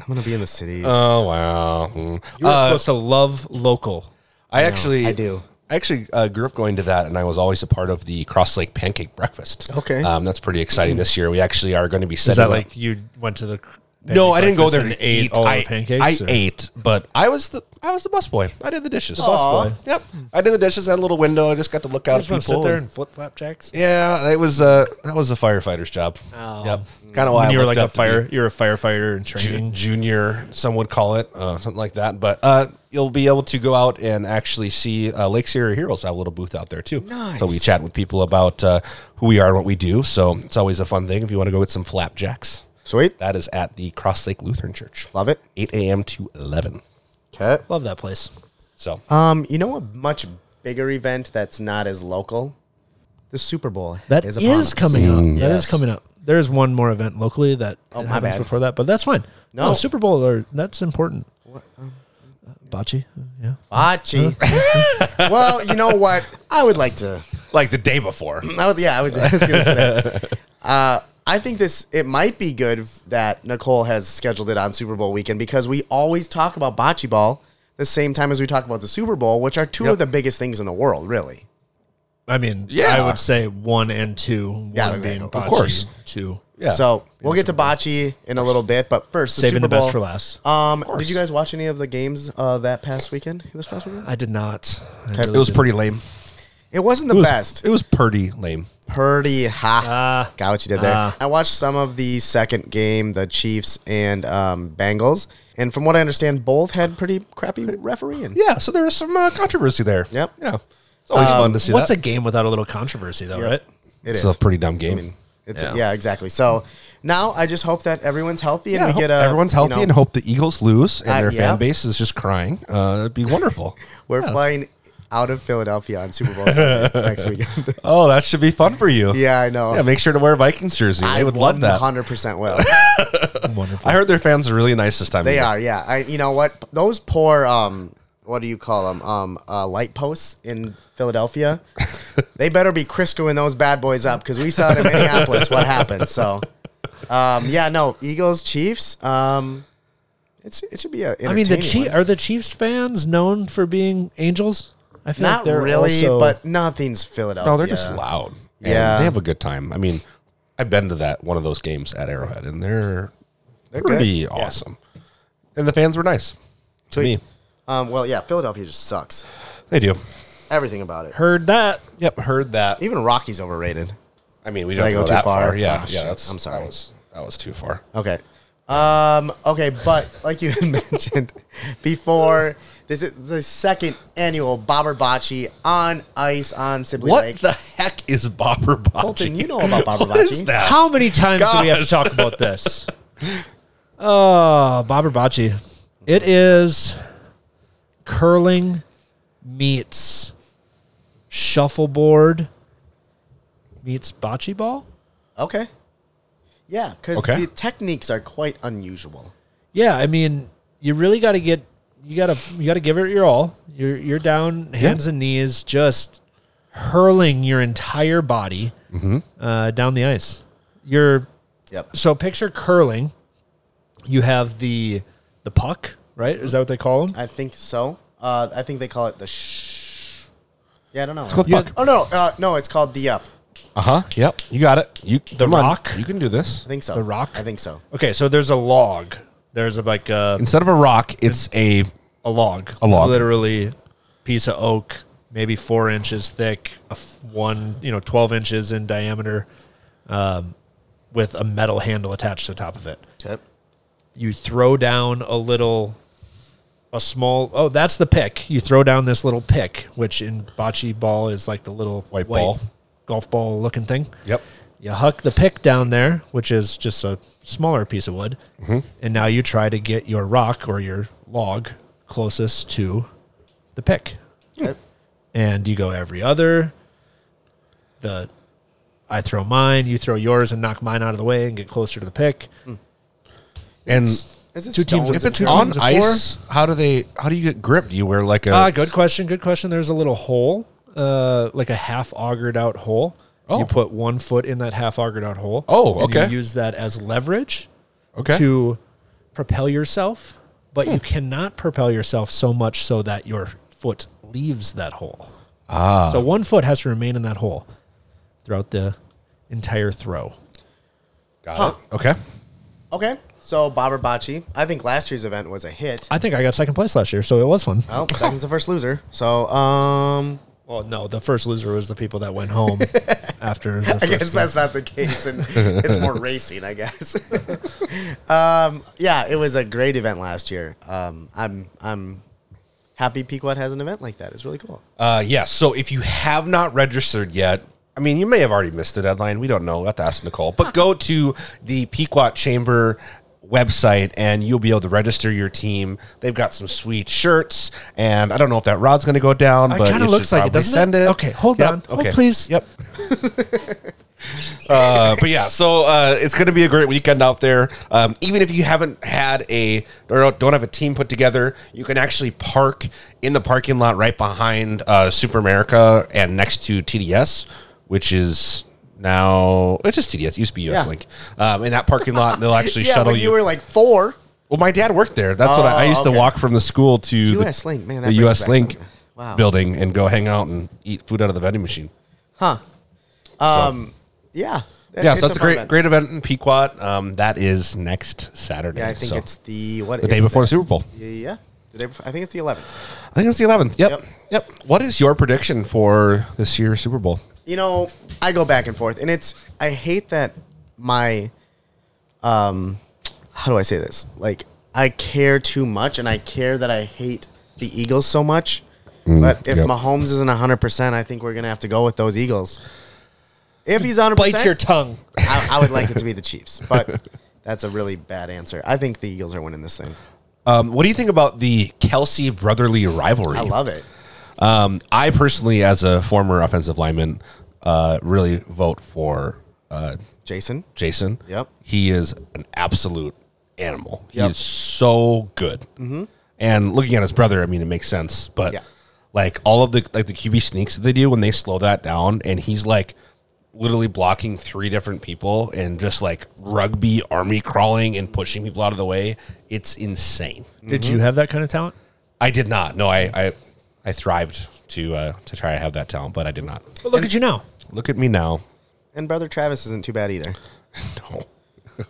I'm going to be in the cities. Oh wow. Mm. You're supposed to love local. I actually I do. I actually uh, grew up going to that, and I was always a part of the Cross Lake Pancake Breakfast. Okay. um, that's pretty exciting. This year, we actually are going to be setting Is that up- like you went to the? no, I didn't go there and to eat. all I, the pancakes. I or- ate, but I was the I was the busboy. I did the dishes. Busboy. You Yep, I did the dishes. That little window. I just got to look out at just wanna people. sit there and- and flip flapjacks. yeah, it was uh that was a firefighter's job. Oh. Yep, kind of why I And you were looked like a up to fire. be You're a firefighter in ju- training. junior, some would call it uh, something like that. But uh, you'll be able to go out and actually see uh, Lake Sierra Heroes have a little booth out there too. Nice. So we chat with people about uh, who we are and what we do. So it's always a fun thing if you want to go get some flapjacks. sweet. That is at the Cross Lake Lutheran Church. Love it. 8 a.m. to 11. Okay. Love that place. So, Um, you know a much bigger event that's not as local? The Super Bowl. That is, is, upon us. coming up. That is Yes. coming up. There is one more event locally that Oh, my happens bad. before that, but that's fine. No, No. Super Bowl or that's important. um, Uh, Bocce, yeah. Bocce. well, you know what? I would like to. like the day before. I would, yeah, I was, I was going to say that. Uh, I think this, it might be good f- that Nicole has scheduled it on Super Bowl weekend because we always talk about bocce ball the same time as we talk about the Super Bowl, which are two Yep. of the biggest things in the world, really. I mean, Yeah. I would say one and two. Yeah, one okay, being of bocce, course. two. Yeah. So we'll get to bocce in a little bit, but first, the Saving Super the best Bowl. for last. Um, did you guys watch any of the games uh, that past weekend? This past weekend, I did not. I Okay. it was pretty lame. it wasn't the It was, best. It was pretty lame. Purdy, ha! Ah. Got what you did there. Ah. I watched some of the second game, the Chiefs and um, Bengals, and from what I understand, both had pretty crappy refereeing. Yeah. So there was some uh, controversy there. Yep. Yeah. It's always fun to see What's that. a game without a little controversy, though, Yep. right? It it's is. a pretty dumb game. It's yeah. exactly. So now I just hope that everyone's healthy and yeah, we hope get a everyone's you healthy know, and hope the Eagles lose and Uh, their yeah. fan base is just crying. Uh, it'd be wonderful. We're flying out of Philadelphia on Super Bowl Sunday next weekend. oh, that should be fun for you. Yeah, I know. Yeah, make sure to wear a Vikings jersey. I, would love that. Hundred percent will. Wonderful. I heard their fans are really nice this time. They of year. are, yeah. I, you know what? Those poor, um, what do you call them? Um, uh, light posts in Philadelphia. they better be Criscoing those bad boys up because we saw it in Minneapolis. What happened? So, um, yeah, no, Eagles, Chiefs. Um, it's it should be a. I mean, the Chiefs Chief are the Chiefs fans known for being angels. I feel like not they're really, also- but nothing's Philadelphia. No, Oh, they're just loud. And Yeah. they have a good time. I mean, I've been to that one of those games at Arrowhead, and they're they're pretty good. Yeah. awesome. And the fans were nice. To me, Sweet. Um, well, yeah, Philadelphia just sucks. they do. Everything about it. heard that. Yep, heard that. Even Rocky's overrated. I mean, we don't I have to go go too that far. Ah, far? Yeah, Oh, shit. yeah. That's, I'm sorry. That was that was too far. Okay. Um, okay, but like you had mentioned before, this is the second annual Bobber Bocce on ice on Sibley What Lake. the heck is Bobber Bocce? Colton, you know about Bobber What is Bocce. that? How many times do we have to Gosh. talk about this? Oh, Bobber Bocce. It is curling meets shuffleboard meets bocce ball. Okay. Yeah, because Okay. the techniques are quite unusual. Yeah, I mean, you really got to get you got to you got to give it your all. You're you're down hands and knees, just hurling your entire body uh, down the ice. You're Yep. so picture curling. You have the the puck, right? Is that what they call them? I think so. Uh, I think they call it the shh. Yeah, I don't know. It's called yeah. puck. Oh no, uh, no, it's called the up. Uh huh. Yep. You got it. You the rock? You can do this. I think so. The rock? I think so. Okay, so there's a log. There's a, like a, Instead of a rock, it's a a log, A log. literally piece of oak, maybe four inches thick, a f- one you know twelve inches in diameter, um, with a metal handle attached to the top of it. Yep. You throw down a little, a small. Oh, that's the pick. You throw down this little pick, which in bocce ball is like the little White ball. golf ball looking thing. yep. You huck the pick down there, which is just a smaller piece of wood, Mm-hmm. and now you try to get your rock or your log closest to the pick, and you go every other. The I throw mine, you throw yours, and knock mine out of the way and get closer to the pick. And Is it Two teams stones? with if it's two on teams of ice, how do they? How do you get grip? Do you wear like a? Ah, good question. Good question. There's a little hole, uh, like a half augured out hole. Oh. You put one foot in that half augured out hole. Oh, and okay. you use that as leverage. okay. to propel yourself, but Hmm. you cannot propel yourself so much so that your foot leaves that hole. Ah. So one foot has to remain in that hole throughout the entire throw. Got it. Okay. Okay. So Bobber Bocce. I think last year's event was a hit. I think I got second place last year, so it was fun. Oh, second's the first loser. So um, Well, no, the first loser was the people that went home after the first I guess that's not the case, and it's more racing, I guess. um, yeah, it was a great event last year. Um, I'm I'm happy Pequot has an event like that. It's really cool. Uh, yeah. So if you have not registered yet, I mean, you may have already missed the deadline. We don't know. We'll have to ask Nicole. But go to the Pequot Chamber website and you'll be able to register your team. They've got some sweet shirts. And I don't know if that rod's going to go down, It but kinda you looks should like it, probably doesn't send it? it. Okay, hold Yep, on. Hold, please. Yep. Uh, but yeah, so uh, it's going to be a great weekend out there. Um, even if you haven't had a or don't have a team put together, you can actually park in the parking lot right behind uh, Super America and next to TDS, which is now it's just TDS. It used to be US Yeah. Link. Um, in that parking lot, they'll actually Yeah, shuttle when you. you were like four. well, my dad worked there. That's what I, I Oh, used to okay. walk from the school to US the, Link, man, that the brings US back Link something. Wow. building, and go hang out and eat food out of the vending machine. Huh. Um, yeah. yeah, It's so that's a fun great event. great event in Pequot. Um, that is next Saturday. Yeah, I think so it's the what the day is before that? the Super Bowl. Yeah, the day before. I think it's the 11th. I think it's the eleventh. Yep. Yep. yep. What is your prediction for this year's Super Bowl? You know, I go back and forth, and it's I hate that my um, how do I say this? Like I care too much, and I care that I hate the Eagles so much. but if yep. Mahomes isn't 100, percent I think we're gonna have to go with those Eagles. If he's 100, Bite your tongue. I, I would like it to be the Chiefs, but that's a really bad answer. I think the Eagles are winning this thing. Um, what do you think about the Kelsey brotherly rivalry? I love it. Um, I personally, as a former offensive lineman, uh, really vote for uh, Jason, Jason. Yep. He is an absolute animal. He Yep. is so good. Mm-hmm. And looking at his brother, I mean, it makes sense. But Yeah. like all of the like the QB sneaks that they do when they slow that down, and he's like literally blocking three different people and just like rugby army crawling and pushing people out of the way. It's insane. Did you have that kind of talent? I did not. No, I I, I thrived to uh, to try to have that talent, but I did not. But look at you now. Look at me now. and brother Travis isn't too bad either. No.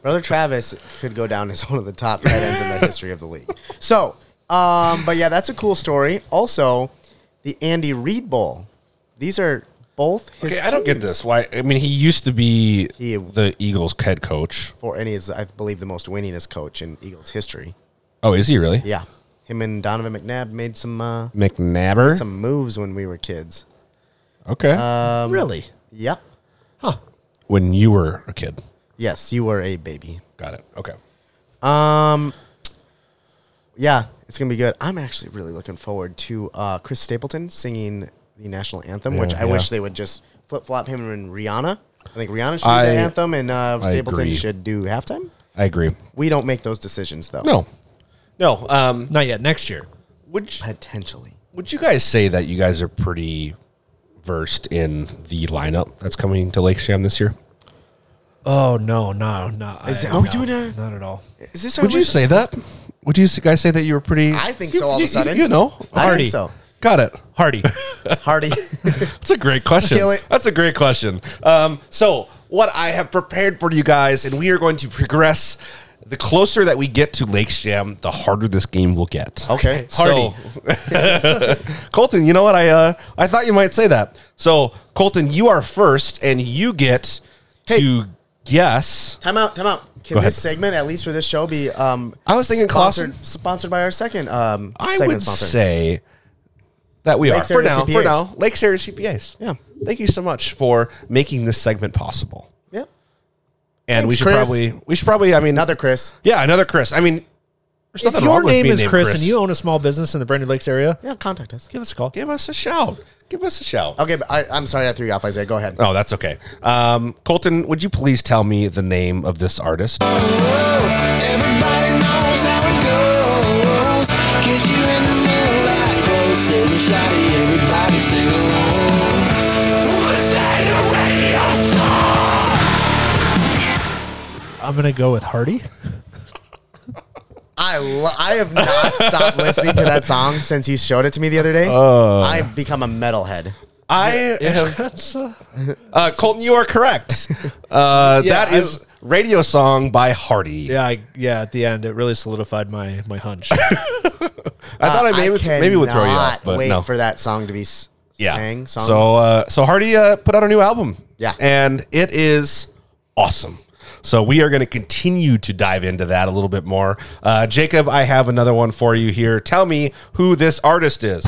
Brother Travis could go down as one of the top tight ends in the history of the league. So, um, but yeah, that's a cool story. Also, the Andy Reid Bowl. These are both his Okay, I don't get teams this. Why? I mean, he used to be He- the Eagles' head coach. For and he's I believe the most winningest coach in Eagles history. Oh, is he really? Yeah. Him and Donovan McNabb made some uh, McNabber. some moves when we were kids. okay. Uh, um, really? Yep. when you were a kid, Yes, you were a baby. got it. Okay. Um Yeah, it's gonna be good. I'm actually really looking forward to uh, Chris Stapleton singing the national anthem, which I yeah. wish they would just flip flop him and Rihanna. I think Rihanna should do I- the anthem and uh, I Stapleton agree. should do halftime. I agree. We don't make those decisions though. No, no. Um, Not yet. Next year. would you, Potentially. would you guys say that you guys are pretty versed in the lineup that's coming to Lake Sham this year? Oh no, no, no. Is I- it- are we no, doing a- Not at all. Is this our Would you list? say that? Would you guys say that you were pretty? I think You- so all of you- a sudden. you know, I Hardy. think so. got it. Hardy. Hardy. That's a great question. Kill it. That's a great question. Um, so, what I have prepared for you guys, and we are going to progress. The closer that we get to Lake Sham, the harder this game will get. Okay. Hardy. Colton, you know what? I uh, I thought you might say that. So, Colton, you are first, and you get to guess. Time out, time out. Can Go this ahead. segment, at least for this show, be um I was thinking sponsored, Clausen- sponsored by our second um I segment would sponsor. say that we Lake are for Area now. For CPAs. now, Lake Area CPAs. Yeah. Thank you so much for making this segment possible. Yep. And we Thanks, should Chris. probably we should probably I mean Another Chris. yeah another Chris. I mean, there's if nothing your wrong with name being is named Chris, and you own a small business in the Brandon Lakes area, Yeah, contact us. give us a call. give us a shout. Give us a shout. Okay, but I, I'm sorry I threw you off, Isaiah. Go ahead. Oh, that's okay. Um, Colton, would you please tell me the name of this artist? I'm gonna go with Hardy. I lo- I have not stopped listening to that song since you showed it to me the other day. Oh. I've become a metalhead. I have That's uh, uh, Colton. You are correct. Uh, Yeah, that is radio song by Hardy. yeah, I, yeah. At the end, it really solidified my my hunch. I thought Uh, I maybe maybe would throw you cannot off, but wait no. for that song to be s- sang. Song. So uh, so Hardy uh, put out a new album. Yeah. and it is awesome. So we are going to continue to dive into that a little bit more. Uh, Jacob, I have another one for you here. Tell me who this artist is.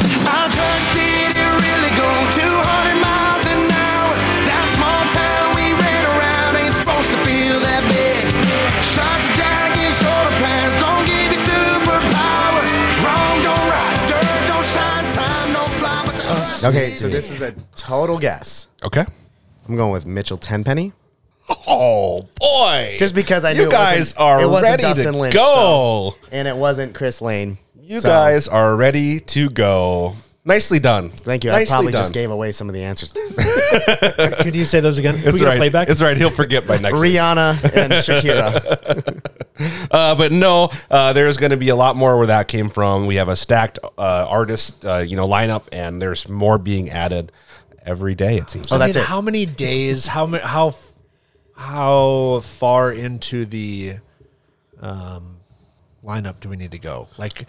Uh, okay, so this is a total guess. Okay. I'm going with Mitchell Tenpenny. Oh boy! Just because I you knew it guys wasn't- are it wasn't ready Dustin to Lynch, go. And it wasn't Chris Lane. You So, guys are ready to go. Nicely done. Thank you. I Nicely probably just done. gave away some of the answers. Can you say those again? Can It's we get a right. Playback. It's right. He'll forget by next week. Rihanna and Shakira. Uh, but no, uh, there's going to be a lot more where that came from. We have a stacked uh, artist, uh, you know, lineup, and there's more being added every day. It seems. Oh, I that's mean, it. How many days? How ma- how f- how far into the um, lineup do we need to go? Like,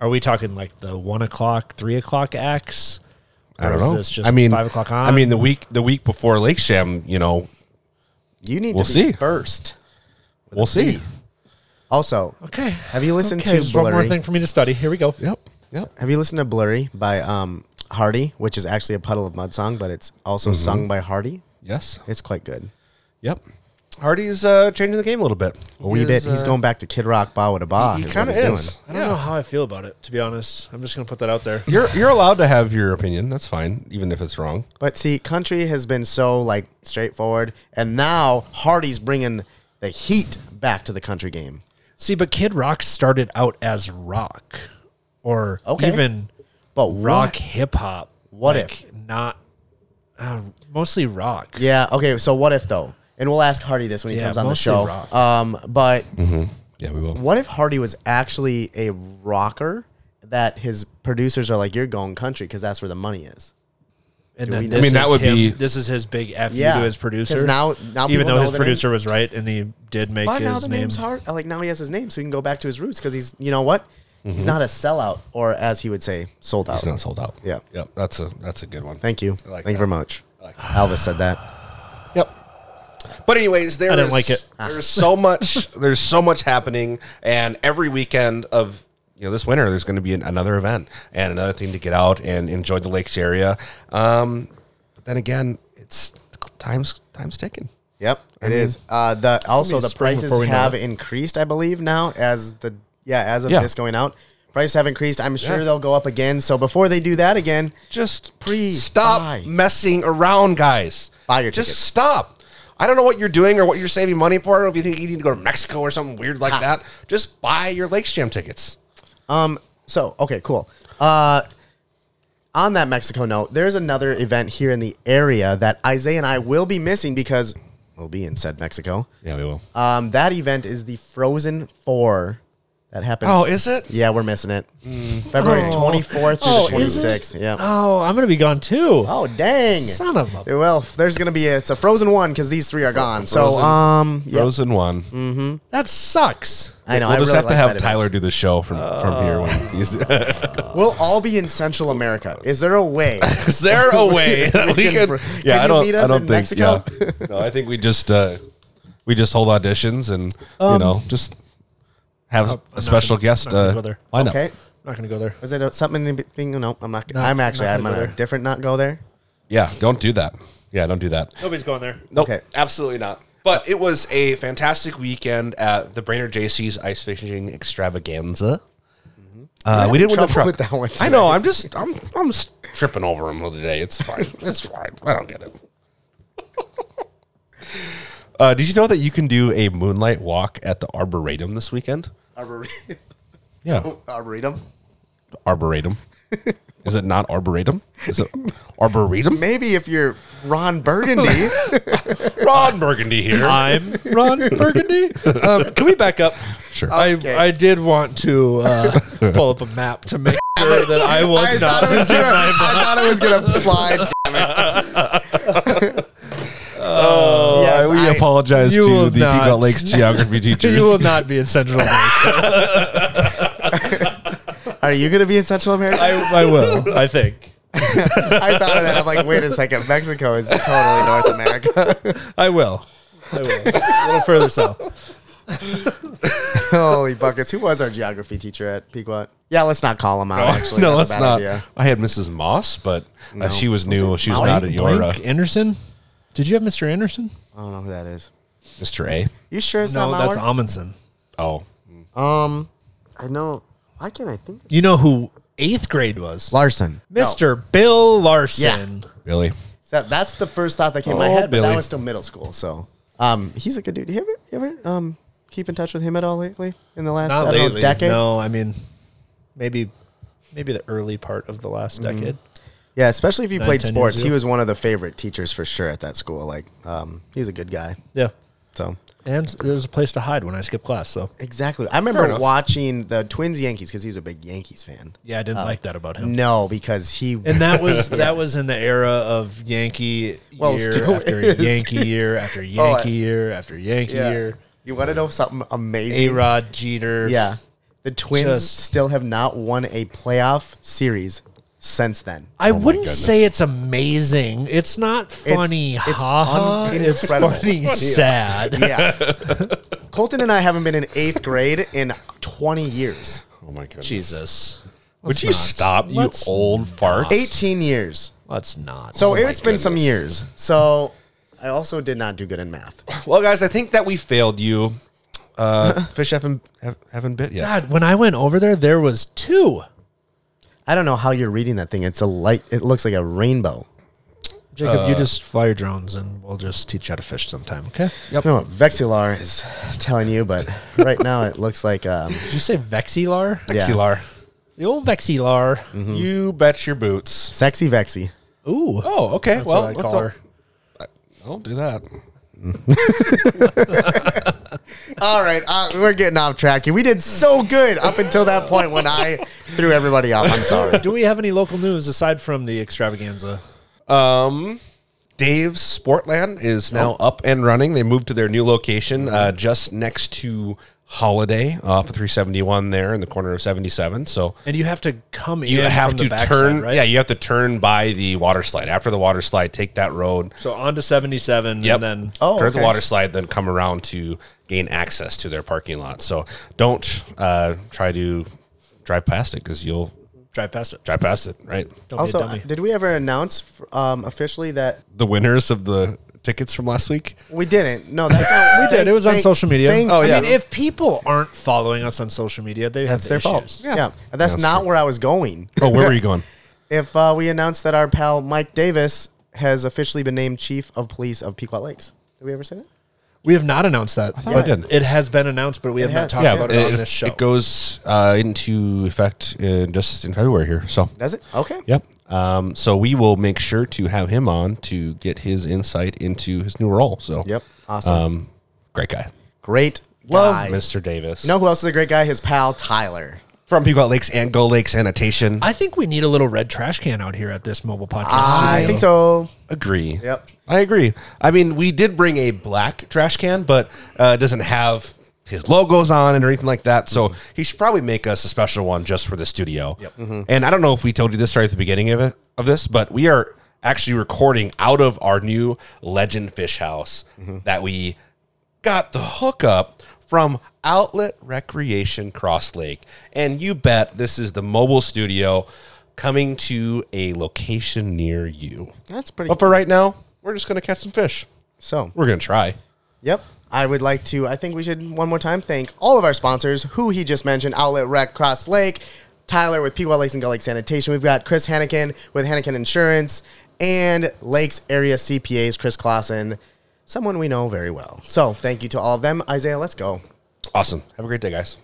are we talking like the one o'clock, three o'clock acts? I don't Or is know. this just I mean, five o'clock on? I mean, the week the week before Lake Sham, you know, You need We'll to see. be first. we'll see. Also, okay. Have you listened Okay, to there's one more Blurry? thing for me to study? Here we go. Yep. Yep. have you listened to Blurry by um, Hardy, which is actually a Puddle of Mud song, but it's also sung by Hardy? Yes. It's quite good. Yep. Hardy's uh, changing the game a little bit. uh, A wee bit. He's going back to Kid Rock, Ba Wada Ba. He what kind of he's doing. is. I don't know how I feel about it, to be honest. I'm just gonna put that out there. You're you're allowed to have your opinion. That's fine, even if it's wrong. But see, country has been so like straightforward, and now Hardy's bringing the heat back to the country game. See, but Kid Rock started out as rock, or Okay. even But rock rock. hip hop. What like, Not uh, mostly rock. Yeah. Okay. So what if though? And we'll ask Hardy this when he Yeah, comes on the mostly show. rock. Um, but Yeah, we will. what if Hardy was actually a rocker that his producers are like, "You're going country because that's where the money is." And we then know? this I mean, that is would him- be- this is his big F Yeah, you to his producer. 'cause now- now even people though know his the producer was right and he did make But his now the name. name's hard. Like now he has his name, so he can go back to his roots because he's, you know what? He's not a sellout, or as he would say, sold out. It's Mm-hmm. not sold out. Yeah. Yep. That's a that's a good one. Thank you. I like Thank that. you very much. Elvis said that. Yep. But anyways, there I didn't is- like it. There's so much. There's so much happening, and every weekend of you know this winter, there's going to be an, another event and another thing to get out and enjoy the lakes area. Um, but then again, it's time's time's ticking. Yep, it is. Uh, the also the spring prices before we know have it. increased, I believe now as the yeah as of Yeah. this going out, prices have increased. I'm sure Yeah. they'll go up again. So before they do that again, Just Please stop buy. messing around, guys. Buy your just tickets. stop. I don't know what you're doing or what you're saving money for. I don't know if you think you need to go to Mexico or something weird like that. Just buy your Lakes Jam tickets. So okay, cool. Uh, on that Mexico note, there's another event here in the area that Isaiah and I will be missing because we'll be in said Mexico. Yeah, we will. Um, that event is the Frozen Four that happens. oh, is it? yeah, we're missing it. Mm. February 24th through Oh, the is it? 26th. Yeah. Oh, I'm gonna be gone too. Oh dang! Son of a- Well, there's gonna be a, it's a frozen one because these three are gone. So um, yeah, Frozen one. That sucks. I know. we'll I just really have to like have that event. Tyler do the show from Uh, from here. When he's, We'll all be in Central America. Is there a way? is there a way that we We can? can- can you meet us in Mexico? Yeah. No, I think we just uh, we just hold auditions and Um, you know just have a special gonna- guest not gonna uh, go there. lineup. okay. I'm not gonna go there. Was it a, something? in Thing? No, I'm not. No, I'm actually. not I'm gonna on go a there. different. Not go there. Yeah, don't do that. Yeah, don't do that. Nobody's going there. Nope, Okay. absolutely not. But it was a fantastic weekend at the Brainerd JC's ice fishing extravaganza. Uh, we didn't win the having truck. trouble with that one I know. I'm just I'm I'm s- tripping over him today. It's fine. It's fine. I don't get it. Uh, did you know that you can do a moonlight walk at the arboretum this weekend? Arbor- Yeah, Arboretum. arboretum. Is it not arboretum? Is it arboretum? Maybe if you're Ron Burgundy. Ron Burgundy here. I'm Ron Burgundy. Um, can we back up? Sure. Okay. I I did want to uh, pull up a map to make sure that I was I, not. thought it was gonna, I thought it was gonna slide. Oh, Yes, we I- apologize You to will the not. Peacock Lakes geography teachers. you will not be in Central America. Are you gonna be in Central America? I, I will. I think I thought of that. I'm like, wait a second. Mexico is totally North America. I will. I will. A little further south. Holy buckets. Who was our geography teacher at Pequot? Yeah, let's not call him out, actually. no, That's that's a bad not. idea. I had Mrs. Moss, but uh, she was new. she was Molly not at your uh, Blank Anderson. Did you have Mr. Anderson? I don't know who that is. Mr. A. You sure it's No, not that's Mauer? Amundsen. Oh, Um, I know. Why can't I think? You know who eighth grade was? Larson. Mr. Bill Larson. really? So that's the first thought that came to my Oh, head, but Billy. that was still middle school. So, um, he's a good dude. You ever, you ever, um, keep in touch with him at all lately? In the last I Not don't lately. know, decade? No, I mean, maybe, maybe the early part of the last Mm-hmm. decade. Yeah, especially if you Nine, played 10 years sports. He ago. was one of the favorite teachers for sure at that school. Like, um, he was a good guy. Yeah, So, and there was a place to hide when I skipped class. So Exactly. I Fair remember enough. watching the Twins Yankees because he was a big Yankees fan. yeah, I didn't like that about him. No, because he And that was that was in the era of Yankee Well, year still after is. Oh, Yankee year after Yankee year after Yankee year. You want to know something A amazing? Rod Jeter. Yeah, the Twins Just- still have not won a playoff series since then. I my wouldn't goodness. say it's amazing. It's not funny. it's ha ha. un- It's incredible. funny. Sad. Yeah, Colton and I haven't been in eighth grade in twenty years, Oh my goodness! Jesus. Would you stop, you Let's old fart? eighteen years. Let's not. Oh So Oh my it's been some goodness. years. So I also did not do good in math. Well, guys, I think that we failed you. Uh, fish haven't have, haven't bit yet. God, when I went over there, there was two. I don't know how you're reading that thing. It's a light. It looks like a rainbow. Jacob, you just fly your drones, and we'll just teach you how to fish sometime. Okay? I don't know what Vexilar is telling you, but right now it looks like um, Did you say Vexilar? yeah. Vexilar. The old Vexilar. Mm. You bet your boots. sexy Vexy. Ooh. Oh, okay. That's well, what I let's call not- her. Don't do that. All right, uh, we're getting off track. here. We did so good up until that point when I threw everybody off. I'm sorry. Do we have any local news aside from the extravaganza? Dave's Oh. Mm-hmm. Sportland is now up and running. They moved to their new location uh, just next to Holiday off of 371 there in the corner of 77. So And you have to come you in have from to the backside, turn. right? Yeah, you have to turn by the water slide. After the water slide, take that road. So on to 77 Yep. and then Oh, turn the okay. water slide, then come around to gain access to their parking lot. So don't uh, try to drive past it because you'll drive past it. drive past it. Right. Don't Also, be a dummy. did we ever announce um, officially that The winners of the tickets from last week. we didn't? No, that's not. We did. It was on thank- social media. thank oh, you. yeah. I mean, if people aren't following us on social media, they have It's their issues. fault. Yeah, And that's That's not where I was going. Oh, where were you going? If uh, we announced that our pal Mike Davis has officially been named chief of police of Pequot Lakes, did we ever say that? We have not announced that. I but did. It has been announced, but we have has, not talked yeah, about it, on this show. it goes uh, into effect in just in February here. So Does it? Okay. Yep. Um, so we will make sure to have him on to get his insight into his new role. So Yep. Awesome. Um, great guy. Great. Love guy. Mr. Davis. You know who else is a great guy? His pal Tyler. from Pequot Lakes and Go Lake Sanitation. I think we need a little red trash can out here at this mobile podcast. I studio. think so. agree. Yep. I agree. I mean, we did bring a black trash can, but uh, it doesn't have his logos on it or anything like that. So he should probably make us a special one just for the studio. Yep. And I don't know if we told you this right at the beginning of it, of this, but we are actually recording out of our new Legend Fish House that we got the hookup from Outlet Recreation Cross Lake. And you bet this is the mobile studio coming to a location near you. That's pretty But for right now, we're just going to catch some fish. So, We're going to try. yep. I would like to, I think we should one more time thank all of our sponsors, who he just mentioned Outlet Rec Cross Lake, Tyler with Pequot Lakes and Gull Lake Sanitation. We've got Chris Hannikin with Hannikin Insurance, and Lakes Area CPAs, Chris Clausen, someone we know very well. So, thank you to all of them. Isaiah, let's go. Awesome. Have a great day, guys.